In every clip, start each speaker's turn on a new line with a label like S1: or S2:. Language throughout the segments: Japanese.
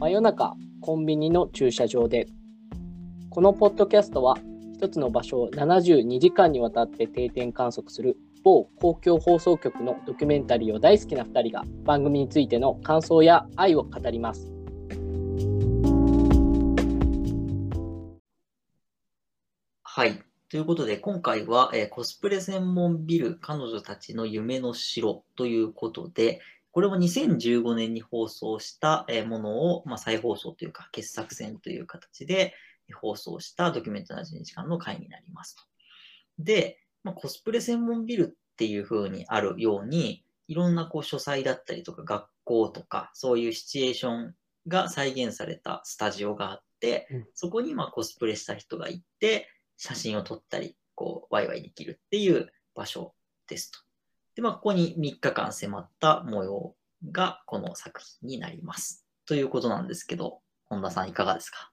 S1: 真夜中コンビニの駐車場でこのポッドキャストは一つの場所を72時間にわたって定点観測する某公共放送局のドキュメンタリーを大好きな2人が番組についての感想や愛を語ります
S2: はい。ということで、今回は、えーコスプレ専門ビル彼女たちの夢の城ということで、これは2015年に放送したえーものを、まあ、再放送というか、傑作選という形でえー放送したドキュメント72時間の回になりますと。で、まあ、コスプレ専門ビルっていう風にあるように、いろんなこう書斎だったりとか学校とか、そういうシチュエーションが再現されたスタジオがあって、
S1: うん
S2: そこにまあコスプレした人がいて、写真を撮ったり、こう、ワイワイできるっていう場所ですと。で、まあ、ここに3日間迫った模様がこの作品になります。ということなんですけど、本田さんいかがですか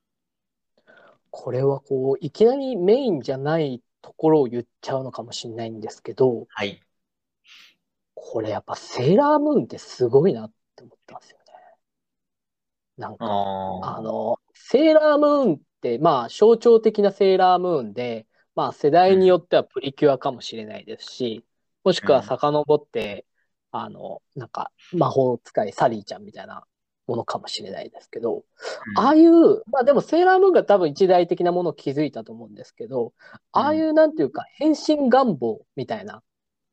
S1: これはこういきなりメインじゃないところを言っちゃうのかもしれないんですけど
S2: はい。
S1: これやっぱセーラームーンってすごいなって思ったんですよねなんかあ
S2: ああ。
S1: の、セーラームーンって、まあ、象徴的なセーラームーンで、まあ、世代によってはプリキュアかもしれないですし、もしくは遡って、あの、なんか、魔法使いサリーちゃんみたいなものかもしれないですけど、ああ
S2: い
S1: いう、まあでもセーラームーンが多分一大的なものを築いたと思うんですけど、ああいうなんていうか変身願望みたいな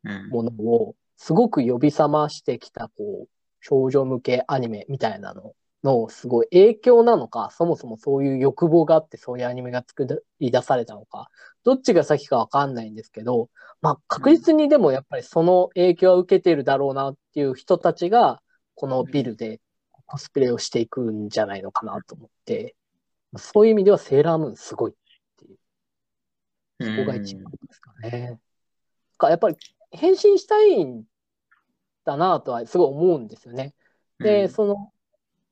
S2: うん、
S1: ものをすごく呼び覚ましてきたこう少女向けアニメみたいなののすごい影響なのかそもそもそういう欲望があってそういうアニメが作り出されたのかどっちが先かわかんないんですけど、まあ、確実にでもやっぱりその影響は受けてるだろうなっていう人たちがこのビルでコスプレをしていくんじゃないのかなと思ってそういう意味ではセーラームーンすごいそこが一番ですかね。かやっぱり変身したいんだなとはすごい思うんですよね。で、その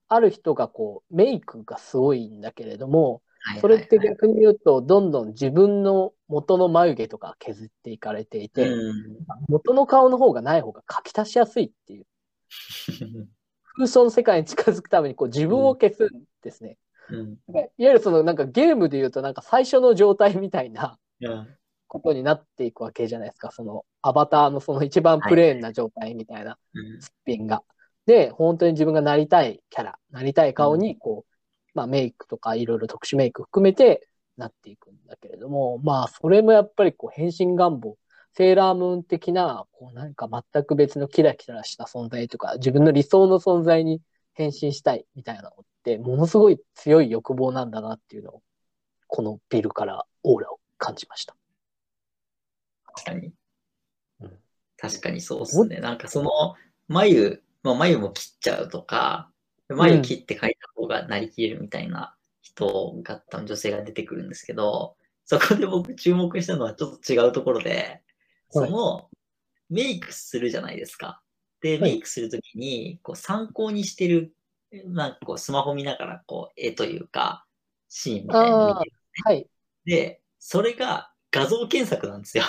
S1: ある人がこうメイクがすごいんだけれどもそれって逆に言うとどんどん自分の元の眉毛とか削っていかれていて、元の顔の方がない方が描き足しやすいっていう空想の世界に近づくためにこう自分を消すんですね。でいわゆるそのなんかゲームで言うとなんか最初の状態みたいなことになっていくわけじゃないですか、そのアバターのその一番プレーンな状態みたいなすっぴんが。で、本当に自分がなりたいキャラ、なりたい顔に、こう、まあメイクとかいろいろ特殊メイク含めてなっていくんだけれども、まあそれもやっぱりこう変身願望、セーラームーン的な、こうなんか全く別のキラキラした存在とか、自分の理想の存在に変身したいみたいなのって、ものすごい強い欲望なんだなっていうのを、このビルからオーラを感じました。
S2: 確かに
S1: うん。
S2: 確かにそうっすね。なんかその眉、まあ、眉も切っちゃうとか、眉切って描いた方がなりきれるみたいな人が、多分女性が出てくるんですけど、そこで僕注目したのはちょっと違うところで、そのメイクするじゃないですか。で、
S1: はい
S2: メイクするときにこう参考にしてる、なんかこうスマホ見ながらこう絵というか、シーンみたいなの見てる
S1: はい。
S2: で、それが画像検索なんですよ。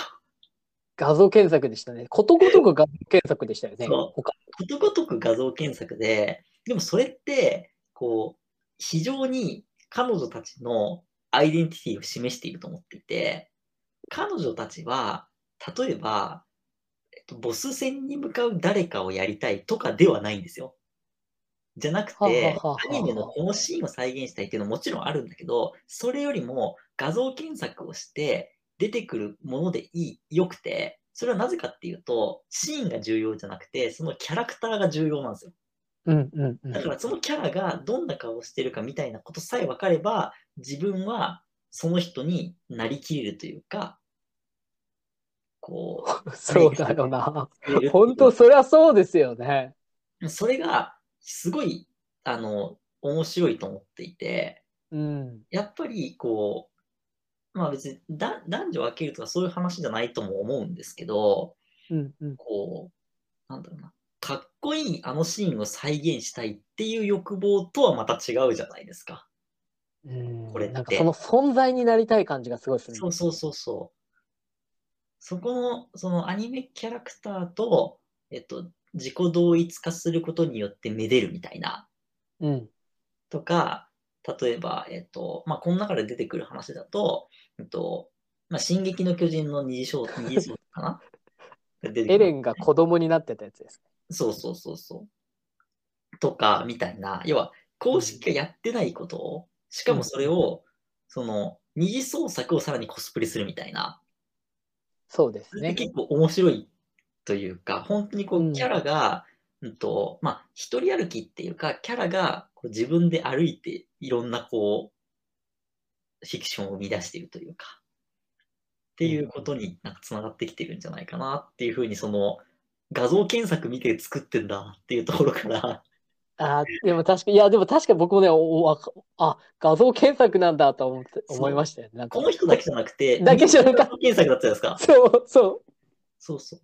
S1: 画像検索でしたね。ことごとく画像検索でしたよね。
S2: そう
S1: 他
S2: ことごとく画像検索で、でもそれって、こう、非常に彼女たちのアイデンティティを示していると思っていて、彼女たちは、例えば、えっと、ボス戦に向かう誰かをやりたいとかではないんですよ。じゃなく
S1: はあは
S2: て
S1: あはあは、
S2: ア
S1: あ
S2: ニメのこのシーンを再現したいっていうのももちろんあるんだけど、それよりも画像検索をして出てくるものでいい、良くて、それはなぜかっていうと、シーンが重要じゃなくて、そのキャラクターが重要なんですよ。
S1: うんうんうん。
S2: だからそのキャラがどんな顔をしてるかみたいなことさえ分かれば、自分はその人になりきれるというか、こ
S1: そうだよな。、
S2: う
S1: 本当そりゃそうですよね。
S2: それがすごい、あの、面白いと思っていて、
S1: うん。
S2: やっぱりこう、まあ別にだ男女分けるとかそういう話じゃないとも思うんですけど、
S1: うんうん。
S2: こう、なんだろうな、かっこいいあのシーンを再現したいっていう欲望とはまた違うじゃないですか。
S1: うん
S2: これって
S1: なんかその存在になりたい感じがすごいする。
S2: そうそうそうそう。そこの、そのアニメキャラクターと、えっと、自己同一化することによってめでるみたいな
S1: うん。
S2: とか、例えば、えっと、まあ、この中で出てくる話だと、えっと、まあ、進撃の巨人の二 次章、二次章かなが出てくる
S1: エレンが子供になってたやつです。
S2: そうそうそうそう。とか、みたいな、要は、公式がやってないことを、しかもそれを、その、二次創作をさらにコスプレするみたいな、
S1: そうです
S2: それっ
S1: ね
S2: て。結構面白いというか、本当にこ
S1: う
S2: う、
S1: ん
S2: キャラが、うんと、まあ、一人歩きっていうか、キャラがこう自分で歩いて、いろんなこう、フィクションを生み出しているというか、っていうことになんかつながってきてるんじゃないかなっていうふうに、その、画像検索見て作ってんだっていうところから、
S1: あーでも確かいやでも確か僕もねおわかあ画像検索なんだと思って
S2: そう
S1: 思いましたよね。なんか
S2: この人だけじゃなくて、
S1: だけじゃなかった
S2: 検索だったじゃないですか。
S1: そうそ
S2: そうそ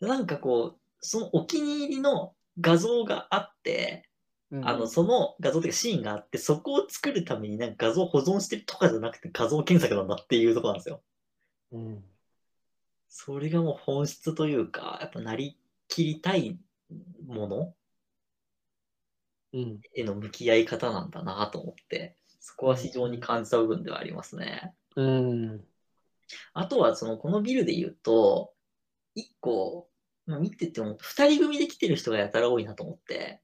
S2: う。なんかこう、そのお気に入りの画像があって、
S1: う。うん
S2: あの、その画像というかシーンがあって、そこを作るためになんか画像保存してるとかじゃなくて画像検索なんだっていうところなんですよ。
S1: うん
S2: それがもう本質というか、やっぱなりきりたいもの
S1: うん、
S2: への向き合い方なんだなと思って、そこは非常に感じた部分ではありますね。
S1: うん、
S2: あとは、その、このビルで言うと、一個、まあ見てても、二人組で来てる人がやたら多いなと思って。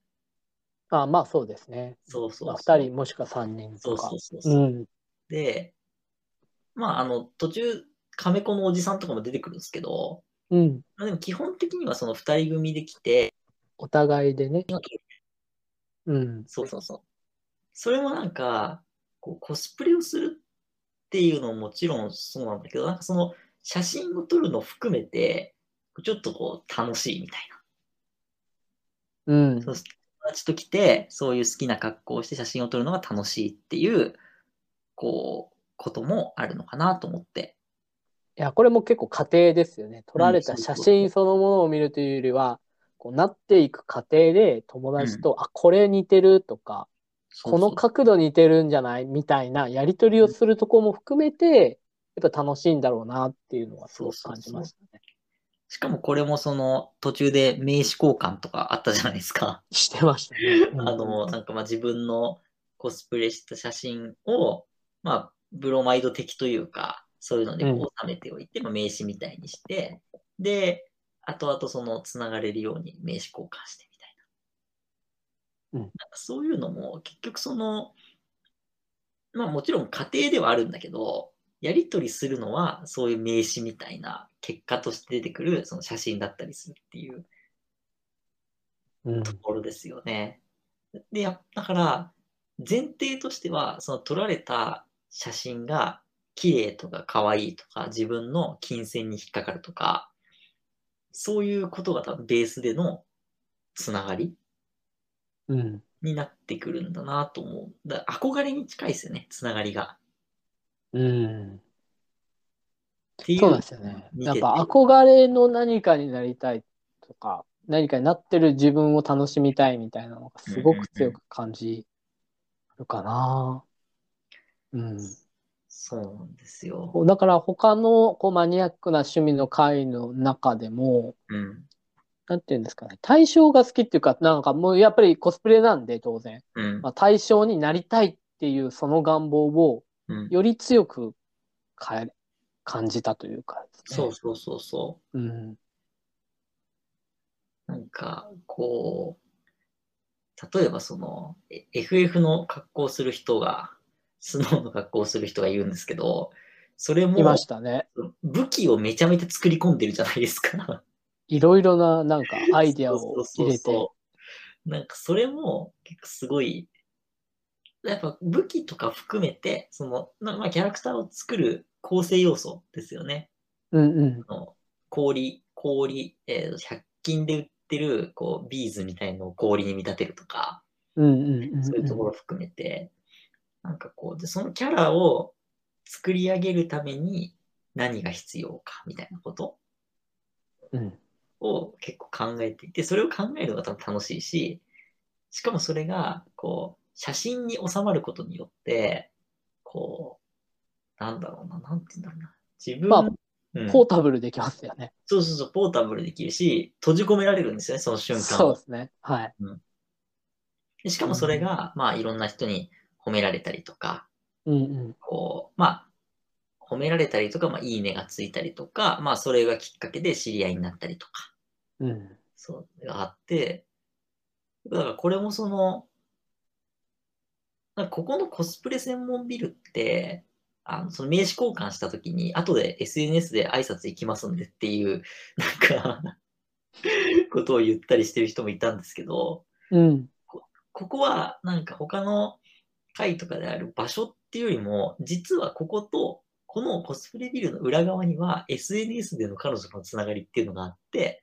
S1: あまあそうですね。
S2: そうそう
S1: まあ、
S2: そう。
S1: 2人もしくは3人
S2: そ
S1: と
S2: う
S1: か
S2: そ。うそう
S1: う
S2: そう。
S1: ん
S2: で、まあ、あの、途中、カメコのおじさんとかも出てくるんですけど、
S1: うん、
S2: まあ、でも基本的にはその二人組で来て、
S1: お互いでね。うん、
S2: そうそうそう。それもなんか、こうコスプレをするっていうのももちろんそうなんだけど、なんかその写真を撮るの含めて、ちょっとこう楽しいみたいな。
S1: うん、
S2: そう友達と来て、そういう好きな格好をして写真を撮るのが楽しいっていう、こう、こともあるのかなと思って。
S1: いや、これも結構過程ですよね。撮られた写真そのものを見るというよりは、こうなっていく過程で友達と、あ、これ似てるとか、
S2: そう
S1: こ
S2: そう
S1: の角度似てるんじゃないみたいなやり取りをするとこも含めて、やっぱ楽しいんだろうなっていうのはすごく感じましたね。
S2: しかもこれもその途中で名刺交換とかあったじゃないですか。
S1: してましたね。うん
S2: あの、なんかまあ自分のコスプレした写真を、まあ、ブロマイド的というか、そういうので
S1: う
S2: こう収めておいて、まあ名刺みたいにして、で、後々そのつながれるように名刺交換してみたいな。
S1: うん
S2: なんかそういうのも結局その、まあもちろん家庭ではあるんだけど、やり取りするのはそういう名刺みたいな結果として出てくるその写真だったりするっていう
S1: うん
S2: ところですよね。で、やだから、前提としては、その撮られた写真が綺麗とか可愛いとか、自分の金銭に引っかかるとか、そういうことが多分ベースでのつながり
S1: うん。
S2: になってくるんだなと思う。だ憧れに近いですよね、つながりが。
S1: うん。
S2: っていう
S1: そうなんですよね。
S2: 見
S1: や
S2: て
S1: ってぱ憧れの何かになりたいとか、何かになってる自分を楽しみたいみたいなのがすごく強く感じるかな。うん。
S2: そうなんですよ。
S1: こうだから他のこうマニアックな趣味の会の中でも、
S2: うん。
S1: なんていうんですかね、対象が好きっていうか、なんかもうやっぱりコスプレなんで当然、
S2: うん
S1: ま。あ、対象になりたいっていうその願望を
S2: うん、
S1: より強く変え感じたというかですね、
S2: そうそうそうそう。
S1: うん。
S2: なんか、こう、例えばその、え FF の格好をする人が、スノーの格好をする人がいるんですけど、それ
S1: い
S2: も
S1: ましたね。
S2: 武器をめちゃめちゃ作り込んでるじゃないですか。
S1: いろいろななん かアイディアを
S2: そ
S1: 入
S2: うそう
S1: れ
S2: そう
S1: て
S2: そ。うなんかそれも結構すごい、やっぱ武器とか含めて、その、なまあキャラクターを作る構成要素ですよね。
S1: うんうん。
S2: あの氷、氷、えー100均で売ってるこうビーズみたいのを氷に見立てるとか、
S1: うんうんうんうん。
S2: そういうところ含めて、なんかこう、でそのキャラを作り上げるために何が必要かみたいなこと
S1: うん
S2: を結構考えていて、それを考えるのが多分楽しいし、しかもそれが、こう、写真に収まることによって、こう、なんだろうな、なんて言うんだろうな。自分、
S1: まあ
S2: うん
S1: ポータブルできますよね。
S2: そうそうそう、ポータブルできるし、閉じ込められるんですよね、その瞬間
S1: そう
S2: を
S1: ですね。はい。
S2: ででしかもそれが、まあ、いろんな人に褒められたりとか、
S1: うん
S2: こう、まあ、褒められたりとか、まあ、いいねがついたりとか、まあ、それがきっかけで知り合いになったりとか、
S1: うん。うん。
S2: そう、があって、だからこれもその、なんかここのコスプレ専門ビルって、あのその名刺交換したときに、後で SNS で挨拶行きますんでっていう、なんか、ことを言ったりしてる人もいたんですけど、
S1: うん。
S2: ここはなんか他の会とかである場所っていうよりも、実はここと、このコスプレビルの裏側には SNS での彼女のつながりっていうのがあって、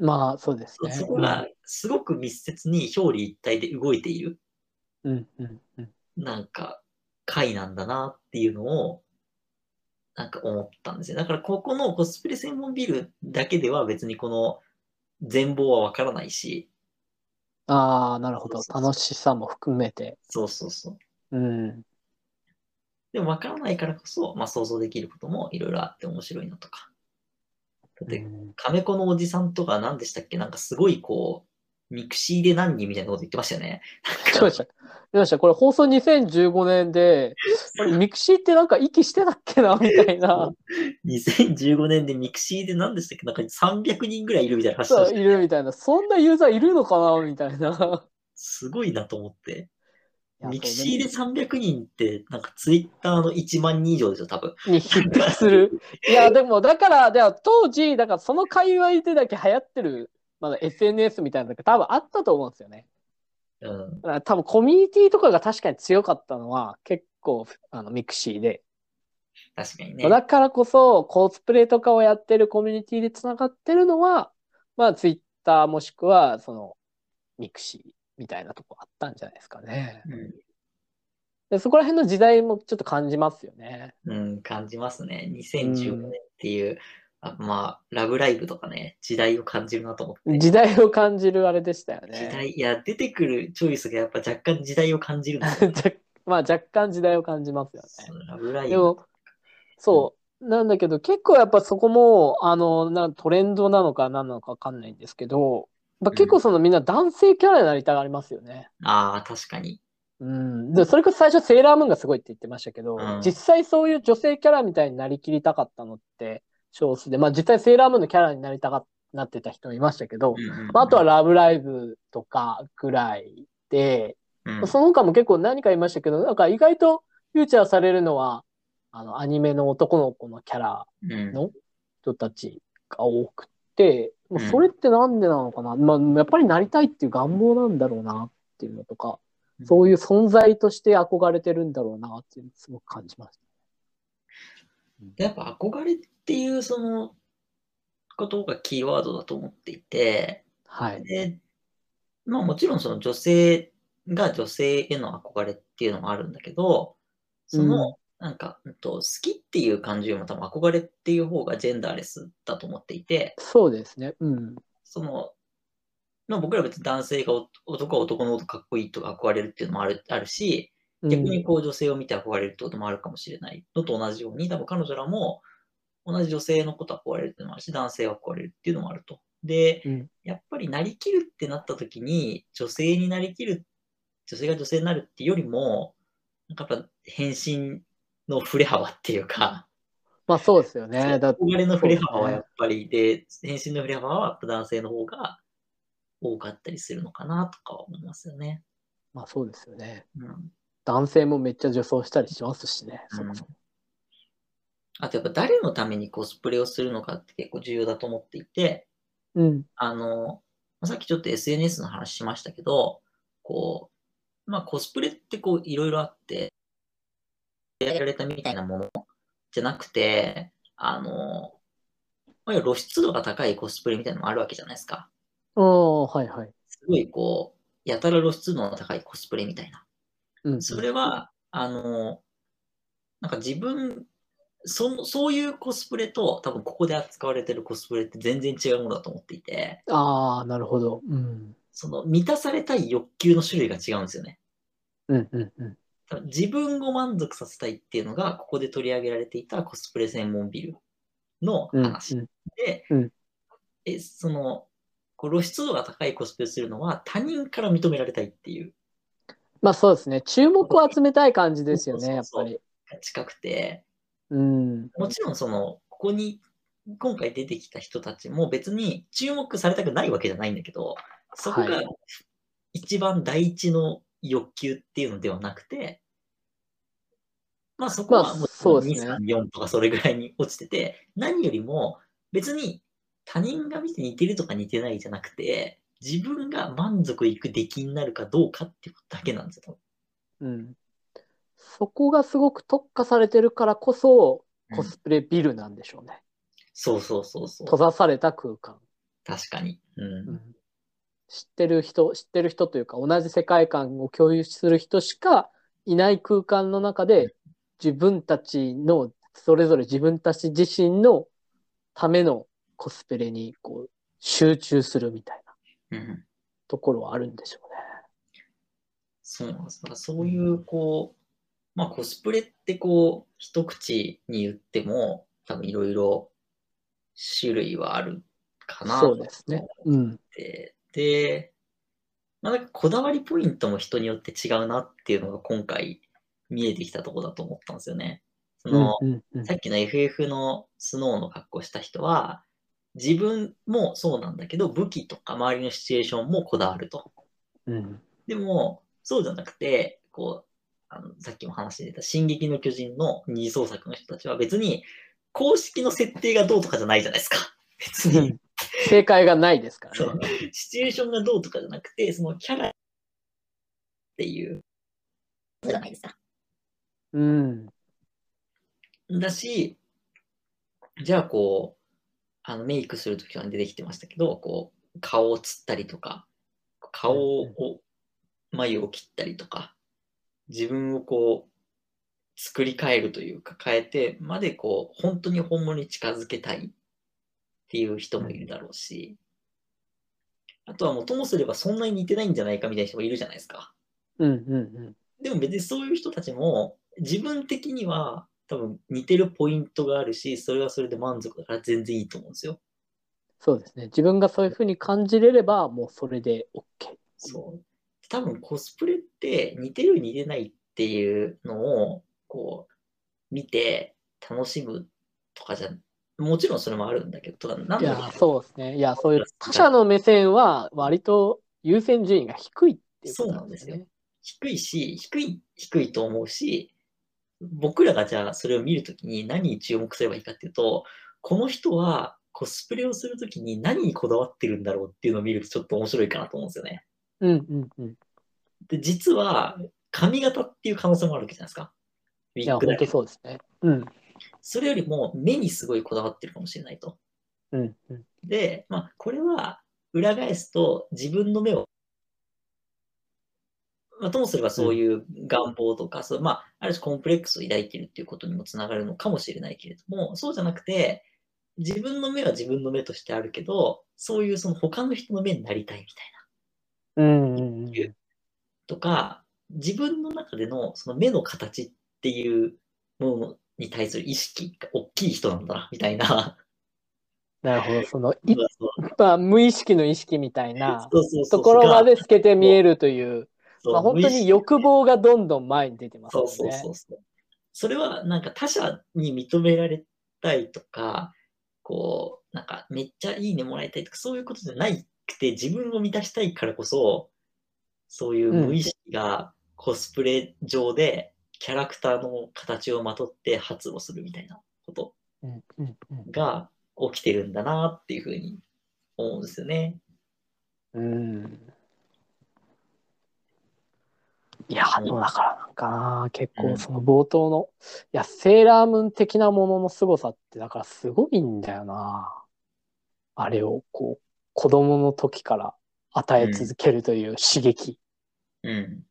S1: まあ、そうです
S2: そ
S1: ね。
S2: そこがすごく密接に表裏一体で動いている、
S1: うん。うん。うん。
S2: なんか会なんだなっていうのを、なんか思ったんですよ。だからここのコスプレ専門ビルだけでは別にこの全貌はわからないし、
S1: ああ、なるほど
S2: そう。そうそう
S1: 楽しさも含めて。
S2: そうそうそう。
S1: うん。
S2: でも分からないからこそ、まあ、想像できることもいろいろあって面白いなとか。だっ
S1: う
S2: て、
S1: ん
S2: カメコのおじさんとか何でしたっけなんかすごいこう、ミクシーで何人みたいなこと言ってましたよね。
S1: 出ました。出ました。これ放送2015年 で、これミクシーってなんか息してたっけなみたい な。
S2: 2015年でミクシーで何でしたっけなんか300人ぐらいいるみたいな話
S1: そ
S2: だし
S1: う、いるみたいな。そんなユーザーいるのかなみたいな。
S2: すごいなと思って。
S1: いや
S2: ミクシーで300人って、なんかツイッターの1万人以上でしょ、多分。
S1: に匹敵する。 いや、でも、だから、では当時、だからその界隈でだけ流行ってる、まだ SNS みたいなのが多分あったと思うんですよね。
S2: うん
S1: だ。から多分コミュニティとかが確かに強かったのは結構あのミクシーで。
S2: 確かにね。
S1: だからこそコスプレとかをやってるコミュニティでつながってるのは、まあツイッターもしくはそのミクシーみたいなとこあったんじゃないですかね。
S2: うん
S1: でそこら辺の時代もちょっと感じますよね。
S2: うん、感じますね。2015年っていう、あまあ、ラブライブとかね、時代を感じるなと思って。
S1: 時代を感じるあれでしたよ
S2: 時
S1: ね。
S2: 代、いや、出てくるチョイスがやっぱ若干時代を感じるんですよ
S1: じゃまあ 若干時代を感じますよね。
S2: そうラブライ
S1: で
S2: ブ。
S1: も、そう。なんだけど、結構やっぱそこも、あの、なトレンドなのか何なのかわかんないんですけど、やっぱ結構そのみんな男性キャラになりたがりますよね。
S2: ああ、確かに。
S1: うん。で、それこそ最初セーラームーンがすごいって言ってましたけど、
S2: うん
S1: 実際そういう女性キャラみたいになりきりたかったのって少数で、まあ実際セーラームーンのキャラになりたがっなってた人もいましたけど、
S2: うんうんうん
S1: まあ、あとは、ラブライブとかぐらいで、
S2: うん
S1: その他も結構何かいましたけど、なんか意外とフューチャーされるのは、あの、アニメの男の子のキャラ
S2: うん
S1: の人たちが多くて、もう
S2: うん
S1: それってなんでなのかな、まあ、やっぱりなりたいっていう願望なんだろうなっていうのとか、そういう存在として憧れてるんだろうなっていうのをすごく感じました。
S2: やっぱ憧れっていう、その、ことがキーワードだと思っていて、
S1: はい。
S2: で、まあもちろんその女性が女性への憧れっていうのもあるんだけど、その、なんか、うんと、好きっていう感じよりも多分憧れっていう方がジェンダーレスだと思っていて、
S1: そうですね。うん。
S2: その、まあ、僕ら別に男性がお男は男のことかっこいいとか憧れるっていうのもあるあるし、
S1: うん
S2: 逆にこう女性を見て憧れるってこともあるかもしれないのと同じように、多分彼女らも同じ女性のこと憧れるっていうのもあるし、男性は憧れるっていうのもあると。で、
S1: うん
S2: やっぱりなりきるってなった時に、女性になりきる、女性が女性になるっていうよりも、なんかやっぱ変身の振れ幅っていうか、
S1: まあそうですよね。だって
S2: 憧れの振れ幅はやっぱりで、変身の振れ幅はやっぱ男性の方が多かったりするのかなとかは思いますよね。
S1: まあそうですよね。
S2: うん、
S1: 男性もめっちゃ女装したりしますしね。そもそも
S2: あとやっぱ誰のためにコスプレをするのかって結構重要だと思っていて、
S1: うん。
S2: あの、まあさっきちょっと SNS の話しましたけど、こう、まあコスプレってこういろいろあって、やられたみたいなものじゃなくて、あの、まあ要は露出度が高いコスプレみたいなのもあるわけじゃないですか。
S1: ああ、はいはい。
S2: すごいこう、やたら露出度の高いコスプレみたいな。
S1: うん。
S2: それは、あの、なんか自分、そのそういうコスプレと、多分ここで扱われてるコスプレって全然違うものだと思っていて、
S1: ああ、なるほど。うん。
S2: その満たされたい欲求の種類が違うんですよね。
S1: うんうんうん。
S2: 多分自分を満足させたいっていうのが、ここで取り上げられていたコスプレ専門ビルの
S1: うん
S2: 話
S1: うん
S2: で、
S1: うん
S2: えそのこう露出度が高いコスプレをするのは他人から認められたいっていう
S1: まあそうですね。注目を集めたい感じですよね、やっ
S2: そ
S1: ぱ
S2: うそう
S1: り。
S2: 近くて、
S1: うん。
S2: もちろんその、ここに、今回出てきた人たちも別に注目されたくないわけじゃないんだけど、そこ
S1: は
S2: が一番第一の欲求っていうのではなくて、まあそこ
S1: ま
S2: は
S1: あ
S2: も
S1: そう
S2: う
S1: ですね
S2: 2、3、4とかそれぐらいに落ちてて、何よりも別に他人が見て似てるとか似てないじゃなくて、自分が満足いく出来になるかどうかってことだけなんですよ。
S1: うん。そこがすごく特化されてるからこそ、
S2: うん
S1: コスプレビルなんでしょうね。
S2: そうそうそうそ
S1: 閉
S2: う。
S1: ざされた空間。
S2: 確かに。うん。
S1: 知ってる人、知ってる人というか、同じ世界観を共有する人しかいない空間の中で、自分たちの、それぞれ自分たち自身のためのコスプレにこう集中するみたいな
S2: うん
S1: ところはあるんでしょうね。
S2: そうなんです。だからそういう、こう、まあコスプレってこう、一口に言っても、多分いろいろ種類はあるかなと
S1: そ
S2: 思
S1: う
S2: っ
S1: ですね。うん。
S2: て、で、まあなんかこだわりポイントも人によって違うなっていうのが今回見えてきたところだと思ったんですよね。そ
S1: うん
S2: の、
S1: うんうん
S2: さっきの FF のスノーの格好した人は、自分もそうなんだけど、武器とか周りのシチュエーションもこだわると。
S1: うん。
S2: でも、そうじゃなくて、こう、あのさっきも話に出た、進撃の巨人の二次創作の人たちは別に、公式の設定がどうとかじゃないじゃないですか。別に、
S1: 正解がないですから
S2: そう
S1: ね。
S2: シチュエーションがどうとかじゃなくて、そのキャラっていう、じゃないですか。
S1: うん。
S2: だし、じゃあこう、あのメイクするときは出てきてましたけど、こう、顔をつったりとか、顔
S1: うん
S2: を、眉を切ったりとか、自分をこう、作り変えるというか、変えてまでこう、本当に本物に近づけたいっていう人もいるだろうし、あとはもうともすればそんなに似てないんじゃないかみたいな人もいるじゃないですか。
S1: うんうん
S2: でも別にそういう人たちも自分的には多分似てるポイントがあるし、それはそれで満足だから全然いいと思うんですよ。
S1: そうですね。自分がそういうふうに感じれれば、もうそれで OK。
S2: そう。多分コスプレって似てる似てないっていうのをこう見て楽しむとかじゃ、もちろんそれもあるんだけど、とかなん
S1: い
S2: だ
S1: や、
S2: ろ
S1: そうですね。いや、そういう他者の目線は割と優先順位が低いっていうことなんですよね。
S2: 低いし、低い、低いと思うし、僕らがじゃあそれを見るときに何に注目すればいいかっていうと、この人はコスプレをするときに何にこだわってるんだろうっていうのを見るとちょっと面白いかなと思うんですよね。
S1: うんうんうん。
S2: で、実は髪型っていう可能性もあるわけじゃないですか。ウィ
S1: いや、
S2: ッグ
S1: 本
S2: だ
S1: 当
S2: け
S1: そうですね。うん
S2: それよりも目にすごいこだわってるかもしれないと。
S1: うんうん。
S2: で、まあ、これは裏返すと自分の目を、まあ、ともすればそういう願望とか、そうまあ、ある種コンプレックスを抱いているっていうことにもつながるのかもしれないけれども、そうじゃなくて、自分の目は自分の目としてあるけど、そういうその他の人の目になりたいみたいな。
S1: うんうんうん。
S2: とか、自分の中でのその目の形っていうものに対する意識が大きい人なんだな、みたいな。
S1: なるほど。その、い
S2: そうそう
S1: まあ、無意識の意識みたいな
S2: そうそうそ
S1: と
S2: う
S1: ころまで透けて見えるという、
S2: そう
S1: まあ、本当に欲望がどんどん前に出てますよ
S2: そう
S1: ね。
S2: そうそうそう。それはなんか他者に認められたいとか、こう、なんかめっちゃいいねもらいたいとか、そういうことじゃなくて、自分を満たしたいからこそ、そういう無意識がコスプレ上でキャラクターの形をまとって発露するみたいなこと
S1: うんうんうん
S2: が起きてるんだなっていうふうに思うんですよね。
S1: うんいや、でもだからなんかな、結構その冒頭の、いや、セーラームーン的なものの凄さって、だからすごいんだよな。あれをこう、子供の時から与え続けるという刺激。
S2: うん。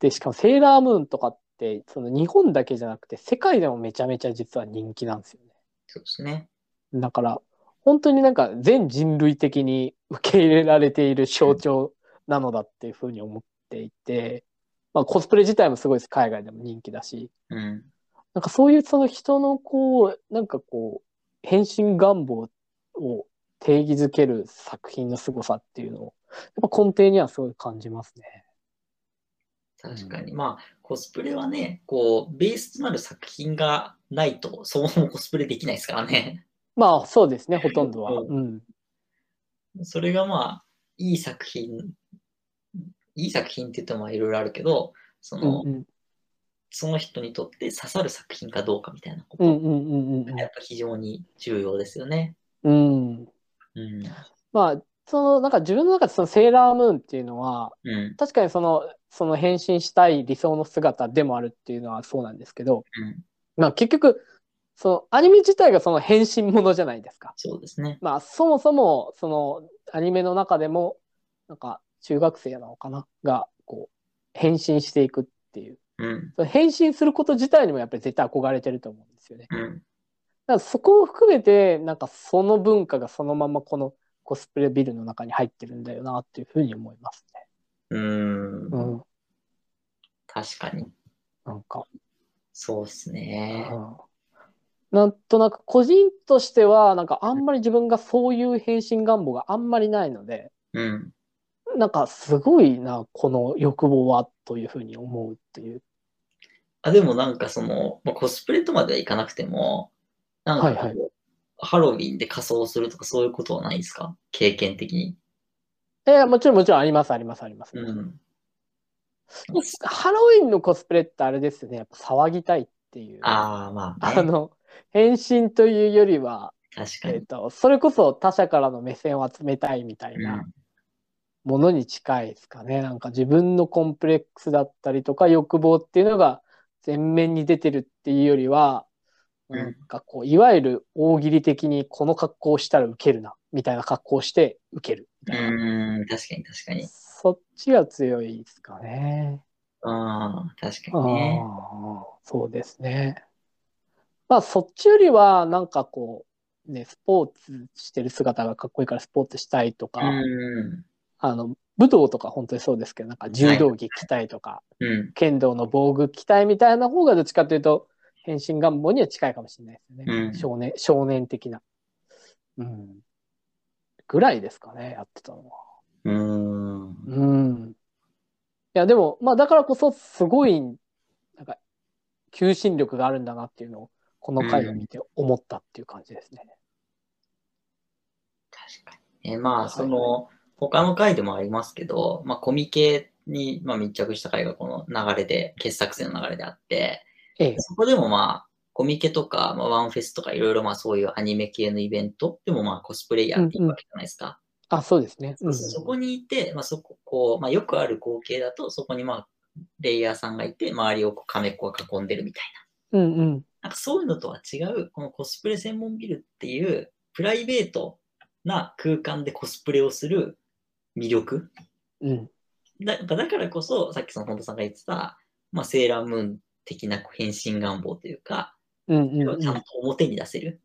S1: で、しかもセーラームーンとかって、その日本だけじゃなくて、世界でもめちゃめちゃ実は人気なんですよね。
S2: そうですね。
S1: だから、本当になんか全人類的に受け入れられている象徴なのだっていうふうに思っていて、まあコスプレ自体もすごいです。海外でも人気だし。
S2: うん。
S1: なんかそういうその人のこう、なんかこう、変身願望を定義づける作品の凄さっていうのを、やっぱ根底にはすごい感じますね。
S2: 確かに。まあ、コスプレはね、こう、ベースとなる作品がないと、そもそもコスプレできないですからね。
S1: まあ、そうですね、ほとんどは。
S2: う
S1: うん。
S2: それがまあ、いい作品、いい作品って言ってもまあいろいろあるけど、その、
S1: うん
S2: その人にとって刺さる作品かどうかみたいなこ
S1: う
S2: と
S1: んうんうん
S2: がやっぱ非常に重要ですよね。
S1: うん。うん。
S2: うん。
S1: まあ、その、なんか自分の中でそのセーラームーンっていうのは、
S2: うん。
S1: 確かにその、その変身したい理想の姿でもあるっていうのはそうなんですけど、
S2: うん。
S1: まあ結局、そのアニメ自体がその変身ものじゃないですか。
S2: そうですね。
S1: まあそもそも、そのアニメの中でも、なんか中学生なのかなが、こう、変身していくっていう。
S2: うん。
S1: その変身すること自体にもやっぱり絶対憧れてると思うんですよね。
S2: う
S1: だ
S2: ん。
S1: からそこを含めて、なんかその文化がそのままこのコスプレビルの中に入ってるんだよなっていうふうに思いますね。
S2: う。
S1: うんん。
S2: 確かに。
S1: なんか、
S2: そうですね。
S1: うんなんとなく個人としては、なんかあんまり自分がそういう変身願望があんまりないので、
S2: うん。
S1: なんかすごいな、この欲望はというふうに思うっていう。
S2: あ、でもなんかその、まあ、コスプレとまではいかなくても、なんかこう、
S1: はい
S2: ハロウィンで仮装するとかそういうことはないですか経験的に。
S1: えーもちろんもちろんありますありますあります。
S2: うん。
S1: ハロウィンのコスプレってあれですよね、やっぱ騒ぎたいっていう。
S2: ああ、まあ、
S1: あ
S2: ね、
S1: の、変身というよりは、
S2: 確か
S1: えっ、
S2: に。
S1: と、それこそ他者からの目線を集めたいみたいな
S2: う
S1: ものに近いですかね。なんか自分のコンプレックスだったりとか欲望っていうのが前面に出てるっていうよりは、
S2: うん
S1: なんかこう、いわゆる大喜利的にこの格好をしたらウケるな、みたいな格好をしてウケるみたいな。
S2: ん、うん確かに確かに。
S1: そっちが強いですかね。
S2: ああ、確か
S1: あ
S2: にね。
S1: あ、そうですね。まあ、そっちよりは、なんかこう、ね、スポーツしてる姿がかっこいいからスポーツしたいとか、
S2: うん。
S1: あの、武道とか本当にそうですけど、なんか柔道着着たいとか、
S2: うん。
S1: 剣道の防具着たいみたいな方がどっちかというと、変身願望には近いかもしれないですね。
S2: うん
S1: 少年、少年的な。うん。ぐらいですかね、やってたのは。
S2: うん。
S1: うん。いや、でも、まあ、だからこそ、すごい、なんか、求心力があるんだなっていうのを、この回を見て思ったっていう感じですね。
S2: 確かに。えま
S1: は
S2: あ、
S1: い
S2: その、他の回でもありますけど、まあ、コミケに、まあ、密着した回がこの流れで、傑作選の流れであって、
S1: ええ。
S2: そこでもまあ、コミケとか、まあ、ワンフェスとか、いろいろまあ、そういうアニメ系のイベントでもまあ、コスプレイヤーっているわけじゃないですか。
S1: あ、そうですね。うん。
S2: そこにいて、まあ、そこ、こう、まあ、よくある光景だと、そこにまあ、レイヤーさんがいて、周りをこう、亀っ子が囲んでるみたいな。
S1: うんうん。
S2: なんかそういうのとは違う、このコスプレ専門ビルっていうプライベートな空間でコスプレをする魅力
S1: うん。
S2: だだからこそ、さっきその本田さんが言ってた、まあ、セーラームーン的なこう変身願望というか、
S1: うんうん、
S2: ち
S1: う
S2: ゃんと
S1: ん。
S2: 表に出せる、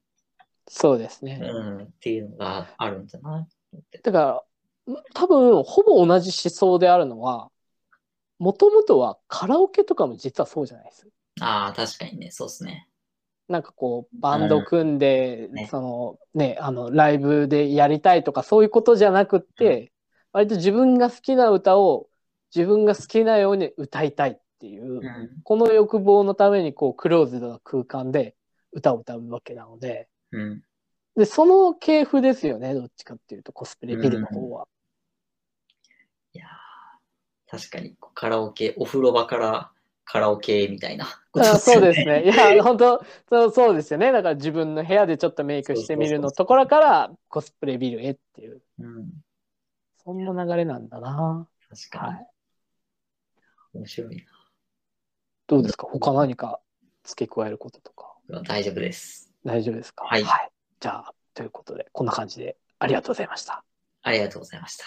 S1: そうです
S2: う
S1: ね。
S2: ん、っていうのがあるんじゃない
S1: だから、多分、ほぼ同じ思想であるのは、もともとはカラオケとかも実はそうじゃないです。
S2: ああ、確かにね、そうですね。
S1: なんかこう、バンド組んで、
S2: んね
S1: そのね、あの、ライブでやりたいとかそういうことじゃなくって、割と自分が好きな歌を自分が好きなように歌いたいっていう、
S2: うん。
S1: この欲望のためにこう、クローズドな空間で歌を歌うわけなので、
S2: うん。
S1: で、その系譜ですよね、どっちかっていうと、コスプレビルの方は。
S2: いやー確かにこうカラオケ、お風呂場からカラオケみたいなこ と
S1: あ
S2: っ
S1: そうで
S2: よ
S1: すね。いや、本当そう、そうですよね。だから自分の部屋でちょっとメイクしてみるのところから、コスプレビルへっていう、
S2: うん、
S1: そんな流れなんだな。
S2: 確か
S1: は
S2: に
S1: い。。
S2: 面白い
S1: どうですか他何か付け加えることとか
S2: な。大丈夫です。
S1: 大丈夫ですか
S2: はい
S1: じゃあ、ということで、こんな感じでありがとうございました。
S2: ありがとうございました。